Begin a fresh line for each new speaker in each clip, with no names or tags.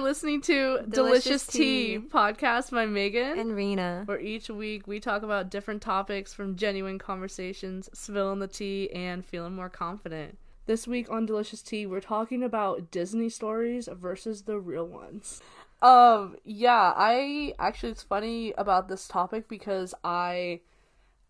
listening to Delicious,
Delicious
Tea.
Tea.
podcast by Megan.
and Rena.
where each week we talk about different topics from genuine conversations, spilling the tea, and feeling more confident. This week on Delicious Tea, we're talking about Disney stories versus the real ones. Um, yeah, I actually, it's funny about this topic because I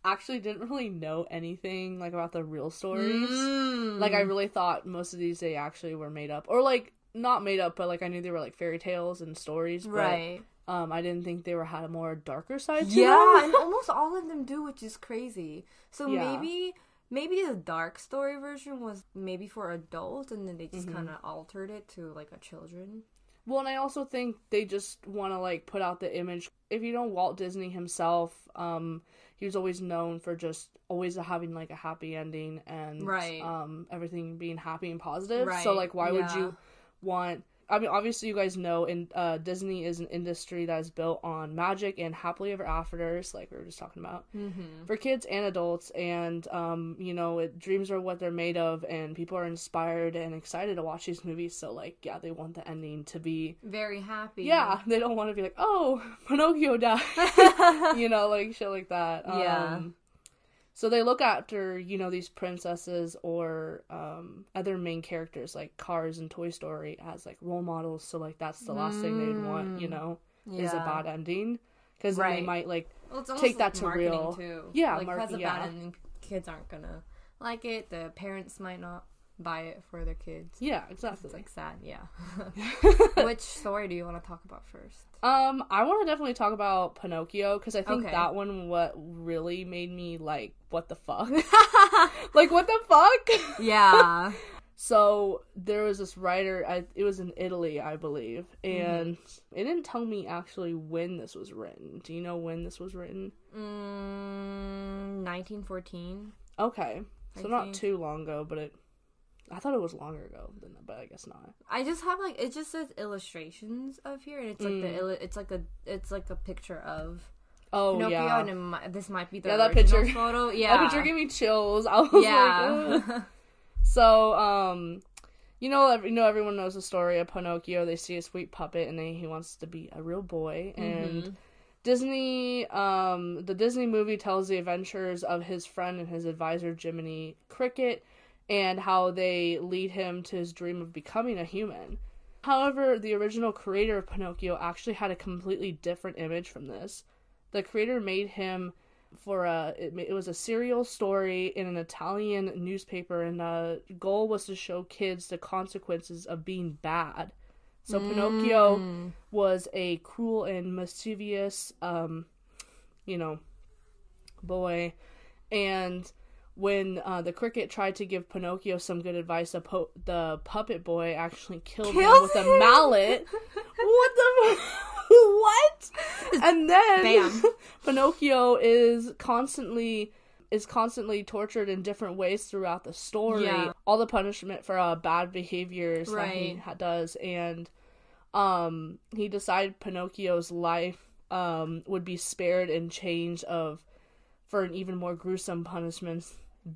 actually didn't really know anything like about the real stories. Like,
Mm.
I really thought most of these they actually were made up, or like not made up, but like I knew they were like fairy tales and stories, but
right.
um, I didn't think they were had a more darker side. To
Yeah,
them.
and almost all of them do, which is crazy. So
Yeah.
maybe maybe the dark story version was maybe for adults and then they just
Mm-hmm.
kind of altered it to like a children.
Well, and I also think they just want to like put out the image. If you know Walt Disney himself, um, he was always known for just always having like a happy ending and
Right.
um everything being happy and positive.
Right,
So like, why would
yeah.
you want? I mean, obviously, you guys know, and uh, Disney is an industry that is built on magic and happily ever afters, like we were just talking about
Mm-hmm.
for kids and adults and um you know it, dreams are what they're made of and people are inspired and excited to watch these movies so like yeah they want the ending to be
Very happy.
yeah they don't want to be like oh pinocchio died you know like shit like that
Yeah.
um, so they look after you know these princesses or um other main characters like cars and toy story as like role models so like that's the last thing they would want you know is a
Mm. Yeah.
bad ending because they
Right.
might like
Well, it's almost
Take
like
that to
marketing
real-
too.
Yeah,
like
mar-
because of
yeah.
that, and kids aren't gonna like it. The parents might not buy it for their kids.
yeah exactly
It's like sad, yeah. Which story do you want to talk about first?
Um, I want to definitely talk about Pinocchio because I think
Okay.
that one what really made me like, what the fuck? like, what the fuck?
Yeah,
so there was this writer. I, it was in Italy, I believe,
Mm-hmm.
and it didn't tell me actually when this was written. Do you know when this was written?
mm, 1914.
Okay, so
I
not
think-
too long ago, but it. I thought it was longer ago than that, but I guess not.
I just have like it just says illustrations of here, and it's like the
Mm.
illu- it's like a it's like a picture of
Oh
Pinocchio,
yeah, Oh,
and it mi- this might be the
Yeah, that
original
picture-
photo. Yeah,
that picture gave me chills. I was like, "Oh, "Ugh."
yeah,
So, um, you know, ev- you know, everyone knows the story of Pinocchio. They see a sweet puppet, and they, he wants to be a real boy. And Disney, um, the Disney movie tells the adventures of his friend and his advisor Jiminy Cricket, and how they lead him to his dream of becoming a human. However, the original creator of Pinocchio actually had a completely different image from this. The creator made him for a it, ma- it was a serial story in an Italian newspaper, and the goal was to show kids the consequences of being bad. So
Hmm.
Pinocchio was a cruel and mischievous, um, you know, boy, and when uh, the cricket tried to give Pinocchio some good advice, the, po- the puppet boy actually killed him
Killed
with a
him!
mallet. what the? what? And then
Bam.
Pinocchio is constantly is constantly tortured in different ways throughout the story.
Yeah.
All the punishment for uh, bad behaviors that he
Right.
ha- does, and um, he decided Pinocchio's life um would be spared and changed of for an even more gruesome punishment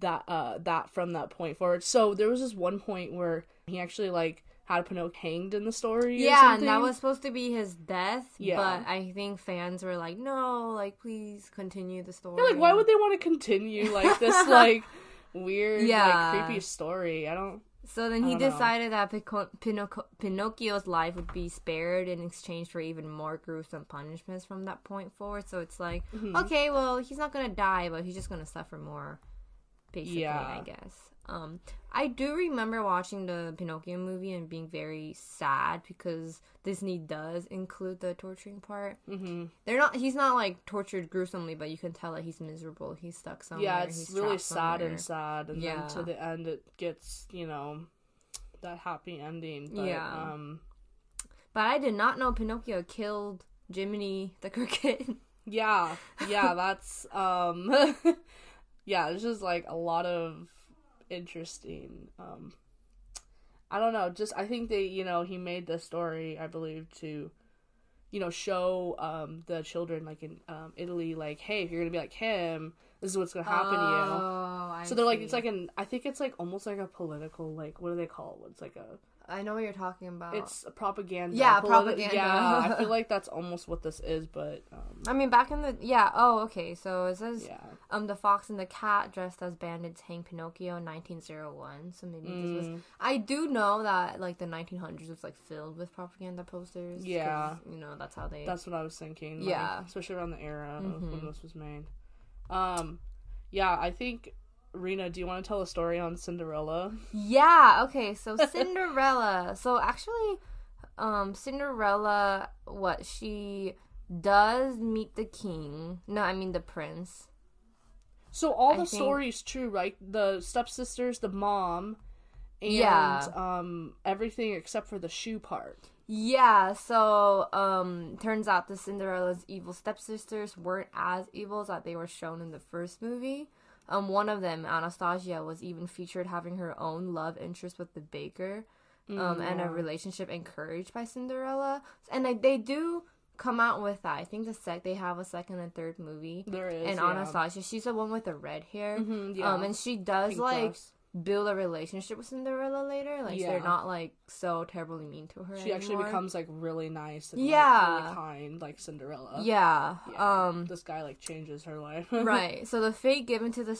that uh that from that point forward. So there was this one point where he actually like had Pinocchio hanged in the story. or
yeah, and that
something.
was supposed to be his death.
Yeah.
but I think fans were like, no, like please continue the story.
Yeah, like why would they want to continue like this like weird like
Yeah.
creepy story? I don't
So then he
don't know.
decided that Pico- Pinoc- Pinocchio's life would be spared in exchange for even more gruesome punishments from that point forward. So it's like,
Mm-hmm.
okay, well, he's not gonna die, but he's just gonna suffer more. Basically,
Yeah.
I guess. Um, I do remember watching the Pinocchio movie and being very sad because Disney does include the torturing part.
hmm
They're not. He's not like tortured gruesomely, but you can tell that he's miserable. He's stuck somewhere.
Yeah, it's
he's
really
trapped
sad
somewhere.
and sad and
Yeah.
then to the end it gets, you know, that happy ending. But,
Yeah.
um
But I did not know Pinocchio killed Jiminy the Cricket.
Yeah, yeah, that's um yeah, it's just like a lot of interesting um I don't know, just I think they, you know, he made this story, I believe, to you know, show um the children like in um Italy like, hey, if you're going to be like him, this is what's going to happen to you.
Oh, I
So they're like
see.
it's like an I think it's like almost like a political like what do they call it? It's like a
I know what you're talking about.
It's a propaganda.
Uh, Yeah,
politi-
propaganda.
Yeah, I feel like that's almost what this is, but um,
I mean, back in the yeah. Oh, okay. So it says
yeah,
um the fox and the cat dressed as bandits hang Pinocchio in 1901. So maybe this
Mm.
was. I do know that like the 1900s was like filled with propaganda posters. 'cause,
Yeah.
you know that's how they.
that's what I was thinking. like,
Yeah. Mm-hmm.
especially around the era of when this was made. Um, yeah, I think Rena, do you want to tell a story on Cinderella?
Yeah, okay, so Cinderella. so actually, um Cinderella what she does meet the king. No, I mean the prince.
So all the
think-
stories true, right? The stepsisters, the mom, and
Yeah.
um everything except for the shoe part.
Yeah, so um turns out the Cinderella's evil stepsisters weren't as evil as that they were shown in the first movie. Um one of them, Anastasia, was even featured having her own love interest with the baker. um,
Mm,
and a relationship encouraged by Cinderella. And like, they do come out with that. I think the sec they have a second and third movie.
There is
and
yeah.
Anastasia, she's the one with the red hair.
Mhm, yeah.
Um, and she does
Pink
like
dress.
build a relationship with Cinderella later. Like
Yeah.
they're not like so terribly mean to her.
she actually
anymore.
becomes like really nice and like,
Yeah.
really kind, like Cinderella.
yeah.
Yeah.
Um.
this guy like changes her life.
right. So the fate given to the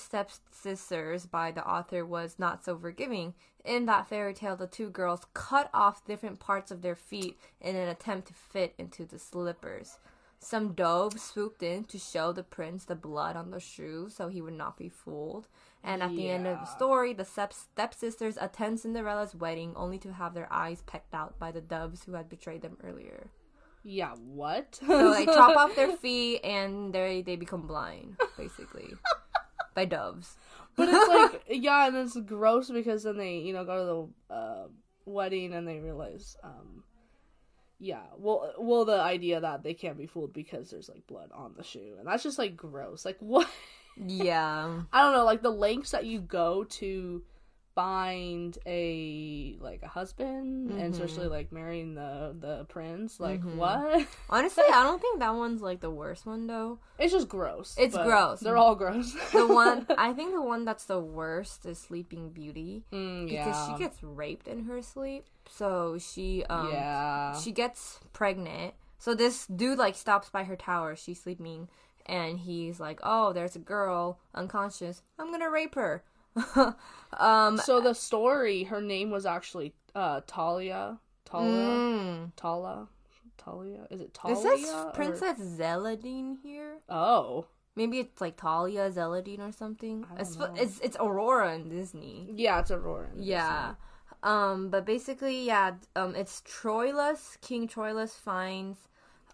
stepsisters by the author was not so forgiving. In that fairy tale, the two girls cut off different parts of their feet in an attempt to fit into the slippers. Some dove swooped in to show the prince the blood on the shoes so he would not be fooled. And at the end of the
Yeah.
story, the step- stepsisters attend Cinderella's wedding only to have their eyes pecked out by the doves who had betrayed them earlier.
yeah, what?
So they chop off their feet and they they become blind, basically, by doves.
but it's like yeah, and it's gross because then they you know go to the uh, wedding and they realize um yeah well well the idea that they can't be fooled because there's like blood on the shoe and that's just like gross like what
Yeah,
I don't know like the lengths that you go to find a like a husband and
Mm-hmm.
especially like marrying the the prince like what
honestly, I don't think that one's like the worst one though.
it's just gross
It's
but
gross.
they're all gross
The one I think the one that's the worst is Sleeping Beauty
Mm, yeah
because she gets raped in her sleep. So she um
yeah
she gets pregnant. So this dude like stops by her tower. She's sleeping, and he's like, "Oh, there's a girl unconscious. I'm gonna rape her." um.
So the story, her name was actually uh Talia. Talia.
mm.
Tala. Talia. Is it Talia?
Is this
or-
Princess Zeladine here?
Oh.
Maybe it's like Talia Zeladine or something.
don't
It's,
know.
it's it's Aurora in Disney.
Yeah, it's Aurora.
Yeah. Um, but basically, yeah, um, it's Troilus. King Troilus finds,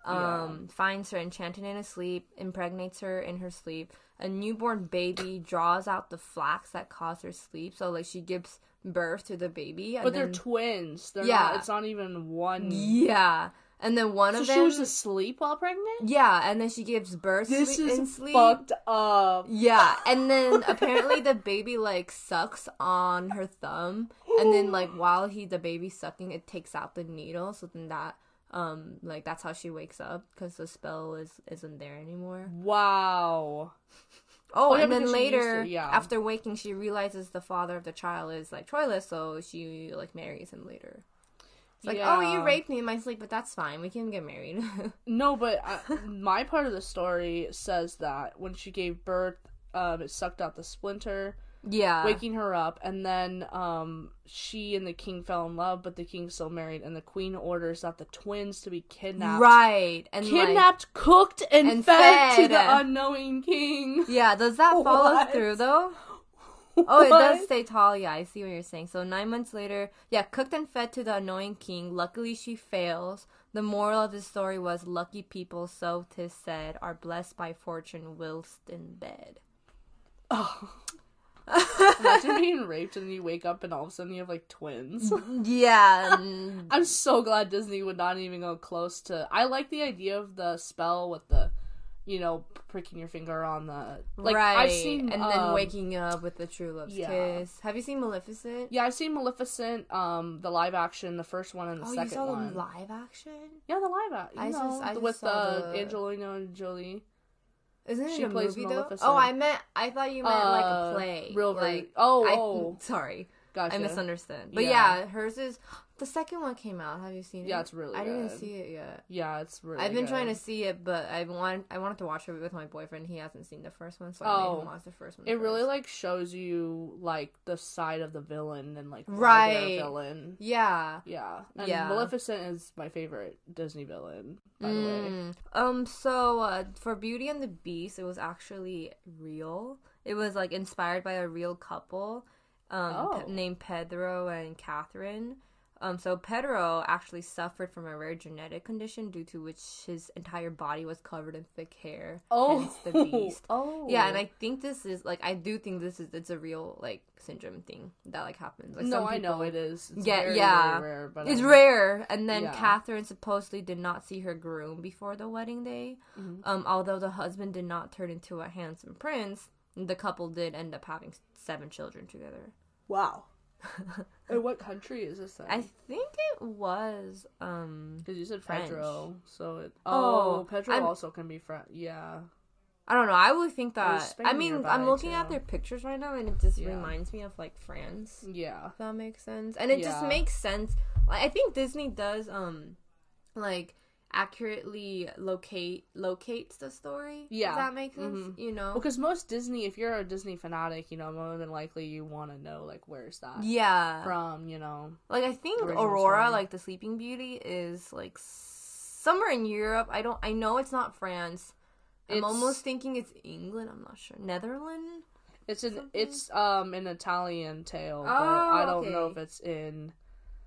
um, finds her enchanted in a sleep, impregnates her in her sleep. A newborn baby draws out the flax that caused her sleep, so like she gives birth to the baby. And
But they're
then,
twins. They're
Yeah.
not it's not even one
yeah, and then one
So
of
she
them
was asleep while pregnant?
yeah, and then she gives birth.
This
sleep, in
is
sleep.
fucked up.
Yeah, and then apparently the baby like sucks on her thumb, and then like while he the baby sucking, it takes out the needle. So then that um like that's how she wakes up because the spell is isn't there anymore.
Wow.
Oh,
yeah,
and then
because she used
later
it, yeah.
after waking, she realizes the father of the child is like Troilus, so she like marries him later. It's like, oh, you
Yeah.
raped me in my sleep, but that's fine. We can get married.
No, but I, my part of the story says that when she gave birth, um, it sucked out the splinter.
yeah.
waking her up and then um she and the king fell in love but the king still married and the queen orders that the twins to be kidnapped
Right. And like,
kidnapped cooked and,
And
fed, to
fed.
the unknowing king
Yeah, does that follow
What?
through though? Oh, it does
What?
say Talia. I see what you're saying. So nine months later, yeah, cooked and fed to the annoying king. Luckily, she fails. The moral of the story was: lucky people, so 'tis said, are blessed by fortune whilst in bed.
imagine being raped and you wake up and all of a sudden you have like twins
Mm. Yeah, mm,
i'm so glad disney would not even go close to i like the idea of the spell with the you know pricking your finger on the like
right.
i've seen
and then
um,
waking up with the true love's
yeah.
kiss. Have you seen Maleficent?
yeah, I've seen Maleficent, um, the live action, the first one and the
oh,
second
you saw
one.
the live action?
Yeah, the live act. You
I
know,
just- I just
with
saw
uh,
the-
Angelina Jolie.
Isn't it
She
a
plays
movie
Maleficent.
though? Oh, I meant I thought you meant like
Uh,
a play.
real
like
life. Oh,
I,
oh.
sorry.
Gotcha.
I misunderstood. But
Yeah.
yeah. hers is the second one came out. Have you seen it?
Yeah, it's really
I didn't
good.
see it yet.
Yeah, it's really.
I've been
good.
trying to see it, but I want I wanted to watch it with my boyfriend. He hasn't seen the first one, so I made
Oh.
him watch the first one.
It really
first.
like shows you like the side of the villain and like why
Right.
they're a villain.
yeah.
Yeah, and
Yeah.
Maleficent is my favorite Disney villain. By the way,
Mm. Um, so uh, for Beauty and the Beast, it was actually real. It was like inspired by a real couple um,
Oh.
pe- named Pedro and Catherine. Um, so Pedro actually suffered from a rare genetic condition due to which his entire body was covered in thick hair. hence the Beast.
oh,
Yeah, and I think this is like I do think this is it's a real like syndrome thing that like happens. Like
no,
some
I know
people-
it is. It's
Yeah,
very,
yeah.
very rare, but
it's
um,
rare. And then
Yeah.
Catherine supposedly did not see her groom before the wedding day.
Mhm.
Um, although the husband did not turn into a handsome prince, the couple did end up having seven children together.
Wow. In what country is this?
I think it was um
Because you said
French.
Pedro, so it. Oh,
Oh,
Pedro
I'm-
also can be French. Yeah.
I don't know. I would think
There's
that
Spain
I mean
nearby,
I'm looking
too.
at their pictures right now and it just
Yeah.
reminds me of like France.
Yeah.
If that makes sense. And it just
Yeah.
makes sense. Like, I think Disney does um like accurately locate locates the story.
Yeah.
Does that make sense?
Mhm.
You know?
Because most Disney, if you're a Disney fanatic, you know more than likely you want to know like where's that
Yeah.
from. You know.
Like I think
Original
Aurora,
story.
like the Sleeping Beauty, is like somewhere in Europe. I don't. I know it's not France. I'm
It's-
almost thinking it's England. I'm not sure. Netherlands.
It's an
Something?
it's um an Italian tale, but
Oh,
I don't know
okay.
if it's in.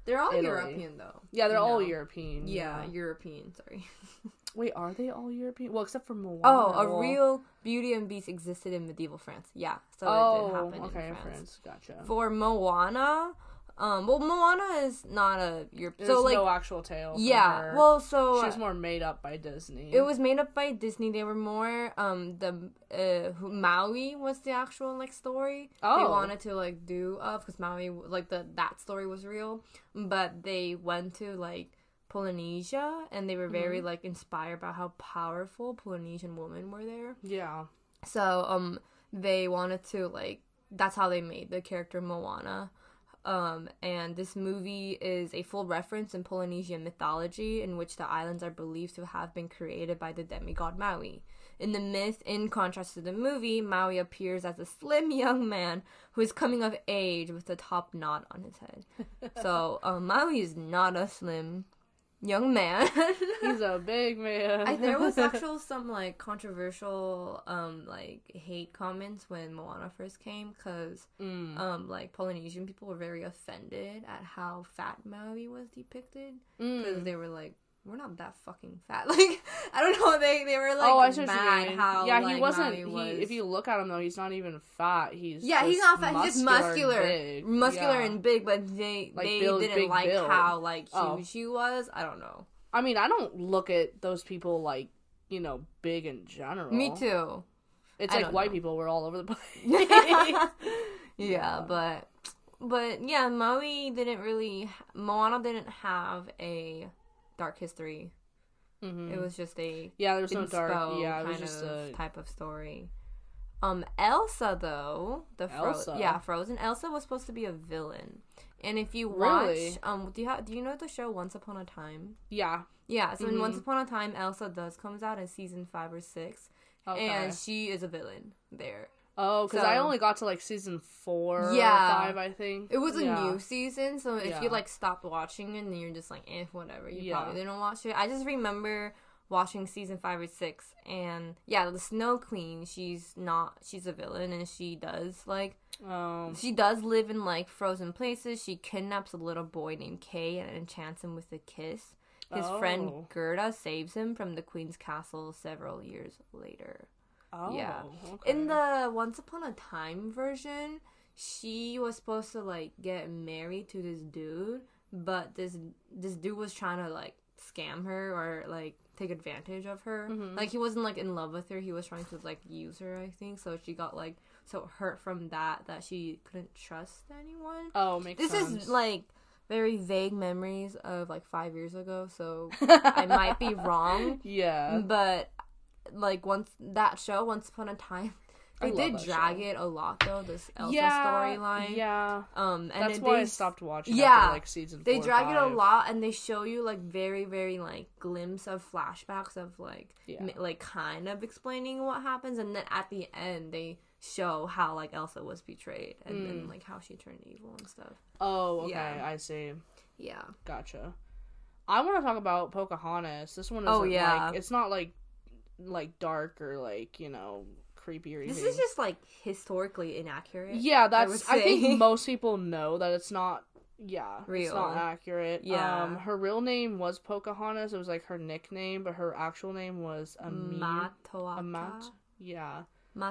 They're all
Italy.
European though.
Yeah, they're
you
all
know?
European.
Yeah, European. Sorry.
Wait, are they all European? Well, except for Moana.
Oh, a
Well,
real Beauty and Beast existed in medieval France. Yeah, so it did
Oh,
happen
okay,
in
France.
France.
Gotcha.
For Moana, um, well, Moana is not a Europe.
There's
So like,
no actual tale. for
yeah.
her.
Well, so uh,
she's more made up by Disney.
It was made up by Disney. They were more um the uh, who- Maui was the actual like story they
Oh.
wanted to like do of because Maui like the that story was real, but they went to like Polynesia and they were very
Mm-hmm.
like inspired by how powerful Polynesian women were there.
yeah.
So um they wanted to like that's how they made the character Moana. Um and this movie is a full reference in Polynesian mythology in which the islands are believed to have been created by the demigod Maui. In the myth, in contrast to the movie, Maui appears as a slim young man who is coming of age with a top knot on his head. So, um, Maui is not a slim young man.
He's a big man.
I, there was actual some like controversial um like hate comments when Moana first came because
Mm.
um like Polynesian people were very offended at how fat Maui was depicted because
Mm.
they were like we're not that fucking fat like I don't know they they were like
oh, I see what you
mad
mean.
how
yeah,
like,
he wasn't.
Maui was
He, if you look at him though, he's not even fat. He's
yeah he's
just
not fat he's just
muscular
muscular
and big.
muscular
Yeah.
and big but they
Like,
they
build-
didn't
big
like
build.
how like huge
Oh.
he was I don't know
I mean, I don't look at those people like you know big in general.
me too
It's
I
like
don't
white
know.
people. We're all over the place.
yeah, but but yeah, Maui didn't really Moana didn't have a dark history.
Mhm.
It was just a
Yeah, there's no
inspo
dark. Yeah, it was
kind
just
of
a.
type of story. Um, Elsa though the Fro-
Elsa?
yeah Frozen Elsa was supposed to be a villain, and if you watch
Really?
um do you ha- do you know the show Once Upon a Time?
Yeah.
Yeah, so in
Mm-hmm.
Once Upon a Time Elsa does comes out in season five or six,
Okay.
and she is a villain there.
oh, because I
so-
only got to like season four.
Yeah.
Or five, I think.
It was a
Yeah.
new season, so if
Yeah.
you like stopped watching it and you're just like, eh, whatever, you
Yeah.
probably didn't watch it. I just remember watching season five or six, and yeah, the Snow Queen, she's not, she's a villain, and she does like,
Um.
she does live in like frozen places. She kidnaps a little boy named Kay and enchants him with a kiss. His friend
Oh.
Gerda saves him from the queen's castle several years later.
Oh.
Yeah.
Okay.
In the Once Upon a Time version, she was supposed to like get married to this dude, but this this dude was trying to like scam her or like take advantage of her. Like he wasn't like in love with her, he was trying to like use her, I think. So she got like so hurt from that that she couldn't trust anyone.
Oh, makes
This
sense.
is like very vague memories of like 5 years ago, so I might be wrong
Yeah.
but like once that show once upon a time
I
They
love
did
that
drag
show.
it a lot though. This Elsa storyline.
Yeah,
Um, and
that's
it-
why I
they-
stopped watching.
Yeah.
after, like season.
They
four or
drag it a
five.
lot, and they show you like very, very like glimpse of flashbacks of like,
Yeah.
mi- like kind of explaining what happens, and then at the end they show how like Elsa was betrayed, and
Mm.
then like how she turned evil and stuff.
Oh, okay,
Yeah.
I see.
Yeah,
Gotcha. I want to talk about Pocahontas. This one is
Oh, yeah.
like it's not like like dark or like you know creepy or
this
anything.
is just like historically inaccurate.
yeah,
would
that's I,
say.
think most people know that it's not. Yeah, it's
Real.
not accurate.
Yeah.
um, her real name was Pocahontas. It was like her nickname, but her actual name was Ami-
Matoaka.
Amat. Yeah,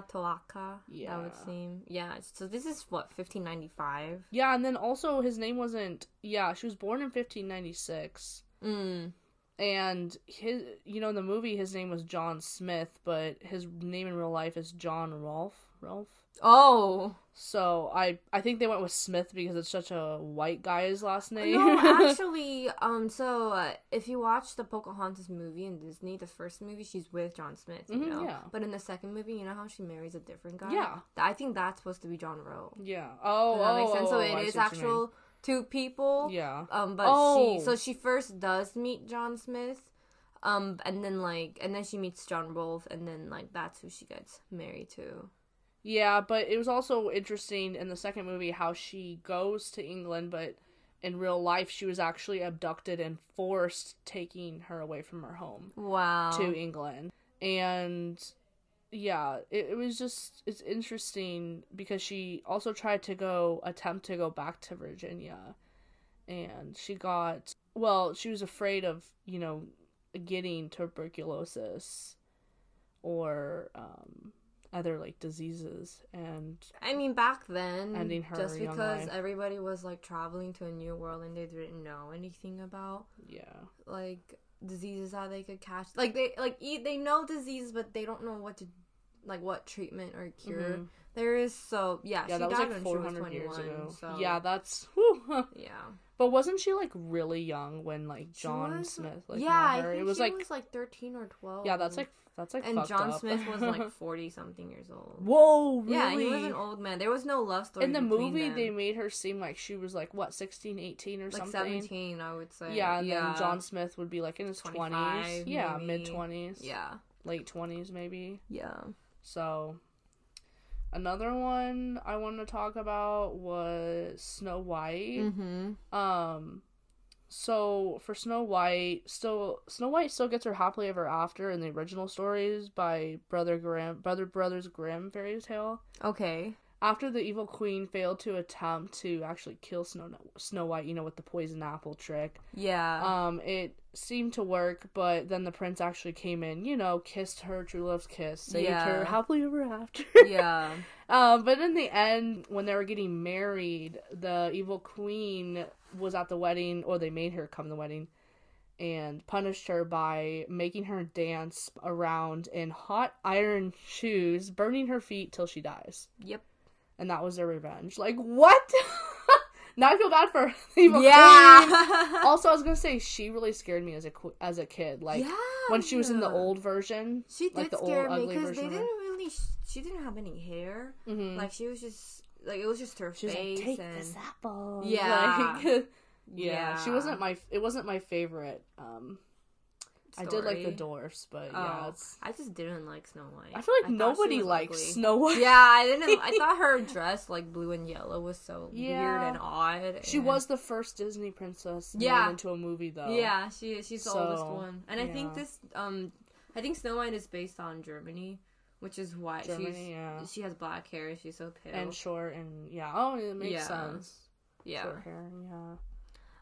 Matoaka. Yeah. That would
Yeah.
seem. Yeah. So this is what 1595.
yeah, and then also his name wasn't. Yeah, she was born in 1596.
Mm.
and his you know in the movie his name was john smith but his name in real life is john rolfe rolfe
Oh.
so i i think they went with smith because it's such a white guy's last name
No, actually, um, so uh, if you watch the Pocahontas movie in Disney, the first movie she's with John Smith, you
Mhm,
know,
yeah.
but in the second movie, you know how she marries a different guy.
Yeah.
Th- I think that's supposed to be John Rowe.
yeah oh
Does that make
oh,
sense?
oh,
So
oh,
it
I
is
see what you mean.
actual two people.
yeah
Um, but
Oh.
she so she first does meet John Smith, um, and then like and then she meets John Rolfe, and then like that's who she gets married to.
yeah but it was also interesting in the second movie how she goes to england but in real life she was actually abducted and forced taking her away from her home
Wow.
to England. And yeah, it, it was just it's interesting because she also tried to go attempt to go back to Virginia and she got well, she was afraid of, you know, getting tuberculosis or um other like diseases and
I mean, back then,
Ending her
just
young
because
life.
everybody was like traveling to a new world and they didn't know anything about
yeah.
like diseases that they could catch. Like they like e- they know diseases, but they don't know what to like what treatment or cure
Mhm.
there is. So yeah,
Yeah,
she
that was
died
like
when she was
400
twenty
years
one.
ago.
So
Yeah, that's whew.
yeah,
But wasn't she like really young when like
She
John
was-
Smith like
yeah, I
met her?
think
it was
she
like
was like thirteen or twelve.
Yeah, that's like that's like.
Um, and
fucked
John
up.
Smith was like forty something years old.
Whoa, really?
Yeah, he was an old man. There was no love story
In the
between
movie,
them.
they made her seem like she was like what 16, 18 or
like
something.
seventeen, I would say.
Yeah, and then John Smith would be like in his twenties.
25
Yeah,
maybe.
mid twenties.
Yeah.
late twenties maybe.
Yeah.
So, another one I wanted to talk about was Snow White.
Mm-hmm.
Um, so for Snow White, still Snow White still gets her happily ever after in the original stories by Brother Grimm, Brother Brothers Grimm fairy tale.
Okay.
After the evil queen failed to attempt to actually kill Snow Snow White, you know, with the poison apple trick,
Yeah.
um, it seemed to work. But then the prince actually came in, you know, kissed her true love's kiss, saved
Yeah.
her happily ever after.
yeah.
Um, but in the end, when they were getting married, the evil queen was at the wedding, or they made her come to the wedding, and punished her by making her dance around in hot iron shoes, burning her feet till she dies.
Yep.
And that was their revenge. Like, what? now I feel bad for the evil queen.
yeah.
Also, I was gonna say she really scared me as a qu- as a kid. Like
yeah.
when she was in the old version,
She did
like the old
scare me
ugly
because they
version of
didn't
her.
really. She didn't have any hair.
Mhm.
Like she was just like it was just her
she was like,
face
"Take
and
this apple."
Yeah.
Like, Yeah, she
Yeah.
wasn't my. It wasn't my favorite. Um, I did like the
story.
dwarfs, but yeah,
Oh,
it's,
I just didn't like Snow White.
I feel like
thought she
nobody
was
likes
ugly.
Snow White.
Yeah, I didn't. I thought her dress, like blue and yellow, was so weird
Yeah.
and odd.
She
and-
was the first Disney princess made
Yeah.
into a movie, though.
Yeah, she is. She's the oldest
So,
one, and I think
yeah.
this. Um, I think Snow White is based on Germany, which is why
Germany,
she's.
yeah,
She has black hair. She's so pale.
and short, and yeah. Oh, it makes
Yeah.
sense.
yeah.
Short hair, yeah.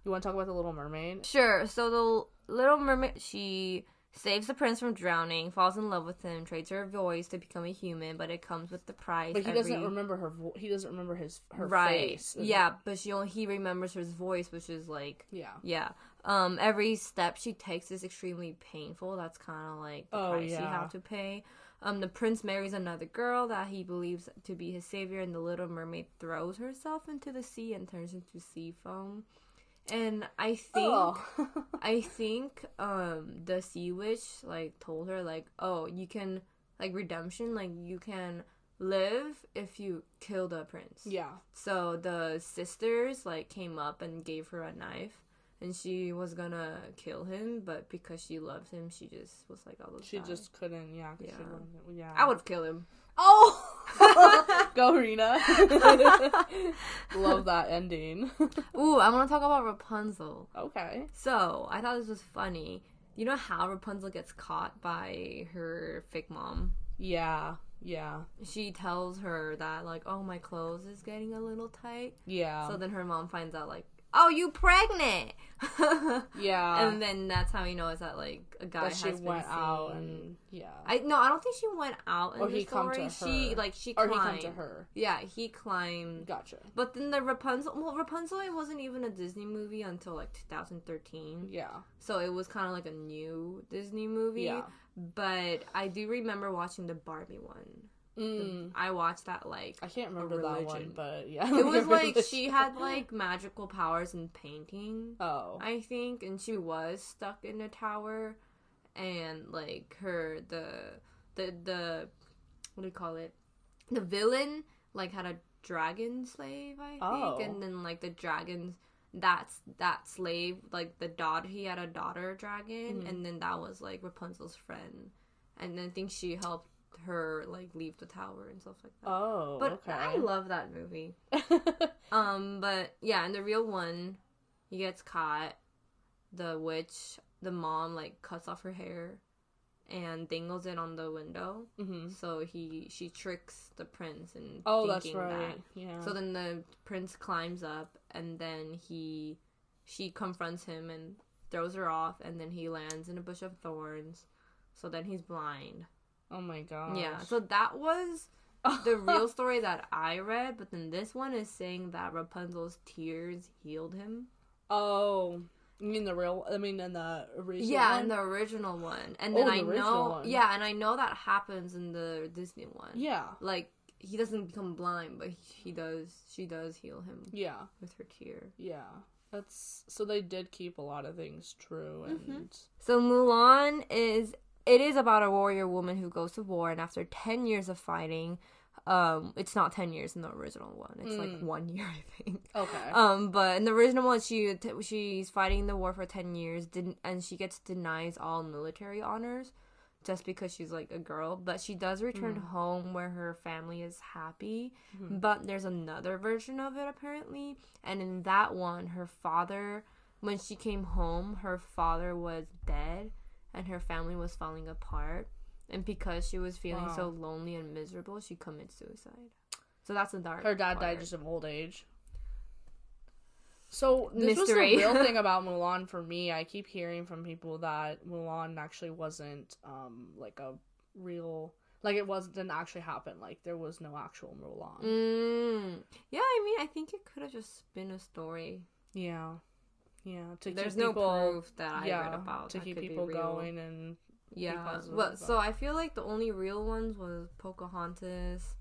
You want to talk about the Little Mermaid?
Sure. So the L- Little Mermaid, she saves the prince from drowning, falls in love with him, trades her voice to become a human, but it comes with the price.
But he
every-
doesn't remember her. Vo- he doesn't remember his her
right.
face.
Yeah, but she only he remembers his voice, which is like
yeah.
Yeah. Um, every step she takes is extremely painful. That's kind of like the
Oh,
price you
yeah.
have to pay. Um, the prince marries another girl that he believes to be his savior, and the little mermaid throws herself into the sea and turns into sea foam. And I think
Oh.
I think um the sea witch like told her like, oh, you can like redemption, like you can live if you kill the prince.
Yeah.
So the sisters like came up and gave her a knife, and she was gonna kill him, but because she loved him, she just was like, "I'll just
She
die."
just couldn't. Yeah. 'cause she
Yeah.
wasn't- yeah.
I would kill him.
Oh, go Rena. Love that ending.
Ooh, I want to talk about Rapunzel.
okay.
So I thought this was funny. You know how Rapunzel gets caught by her fake mom?
Yeah. Yeah.
She tells her that like, "Oh, my clothes is getting a little tight."
Yeah.
So then her mom finds out like, "Oh, you pregnant?"
yeah.
and then that's how he knows that like a guy
Uh. that
has
she
been
went out
seen.
and yeah.
I no, I don't think she went out. In
Or
the
he come
story.
to
She
her.
like she
or
climbed.
he come to her.
Yeah, he climbed.
Gotcha.
But then the Rapunzel. Well, Rapunzel it wasn't even a Disney movie until like 2013,
Yeah.
so it was kind of like a new Disney movie.
Yeah.
But I do remember watching the Barbie one.
Mm.
I watched that like
I can't remember that one,
religion.
but yeah.
it was like
Religion.
she had like magical powers in painting.
Oh.
I think, and she was stuck in a tower, and like her the the the what do you call it? The villain like had a dragon slave, I think,
Oh.
and then like the dragons that's that slave like the daughter he had a daughter dragon,
Mm-hmm.
and then that was like Rapunzel's friend, and then I think she helped her like leave the tower and stuff like that.
Oh.
but
okay.
I love that movie. Um, but yeah, in the real one, he gets caught. The witch, the mom, like cuts off her hair and dangles it on the window.
Mhm.
So he, she tricks the prince and
Oh, that's right. Yeah.
So then the prince climbs up, and then he, she confronts him and throws her off, and then he lands in a bush of thorns. So then he's blind.
oh my god.
Yeah. So that was the real story that I read, but then this one is saying that Rapunzel's tears healed him.
Oh, you mean the real? I mean, in the original.
Yeah,
one?
in the original one, and
Oh,
then
the
I know,
original one.
yeah, and I know that happens in the Disney one.
yeah,
like he doesn't become blind, but he does. She does heal him
yeah,
with her tear.
yeah. That's so they did keep a lot of things true, and
Mm-hmm. So Mulan is it is about a warrior woman who goes to war, and after ten years of fighting, um, it's not ten years in the original one. It's like one year, I think.
okay,
Um, but in the original one, she t- she's fighting the war for ten years, didn't, and she gets denies all military honors just because she's like a girl. But she does return
Mm.
home where her family is happy.
Mm-hmm.
But there's another version of it apparently, and in that one, her father, when she came home, her father was dead, and her family was falling apart. And because she was feeling
Wow.
so lonely and miserable, she commits suicide. So that's the dark.
her dad
part.
died just of old age. So this was the
Mystery.
real thing about Mulan for me. I keep hearing from people that Mulan actually wasn't um like a real like it was didn't actually happen. Like there was no actual Mulan.
Mm. Yeah, I mean, I think it could have just been a story.
Yeah, yeah. To
There's
keep
no
people,
proof that I
yeah,
read about
to
that
keep
could be
people
real.
going and
Yeah,
because of
but
that.
so I feel like the only real ones was Pocahontas,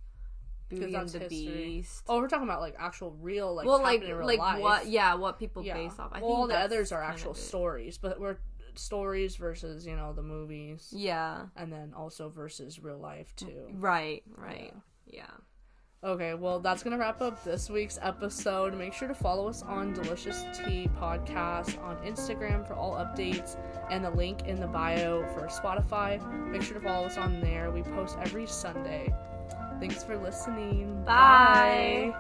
Beauty and
that's
the
history.
Beast.
Oh, we're talking about like actual real like
well, like
happening in real
like
life.
what? Yeah, what people
Yeah.
base off. I
well, all
think
the
that's
others are
kind of
actual
it.
stories, but we're stories versus you know the movies,
Yeah. Mm-hmm.
and then also versus real life too.
Right. Right. Yeah.
Okay, well that's gonna wrap up this week's episode. Make sure to follow us on Delicious Tea Podcast on Instagram for all updates, and the link in the bio for Spotify. Make sure to follow us on there. We post every Sunday. Thanks for listening.
Bye.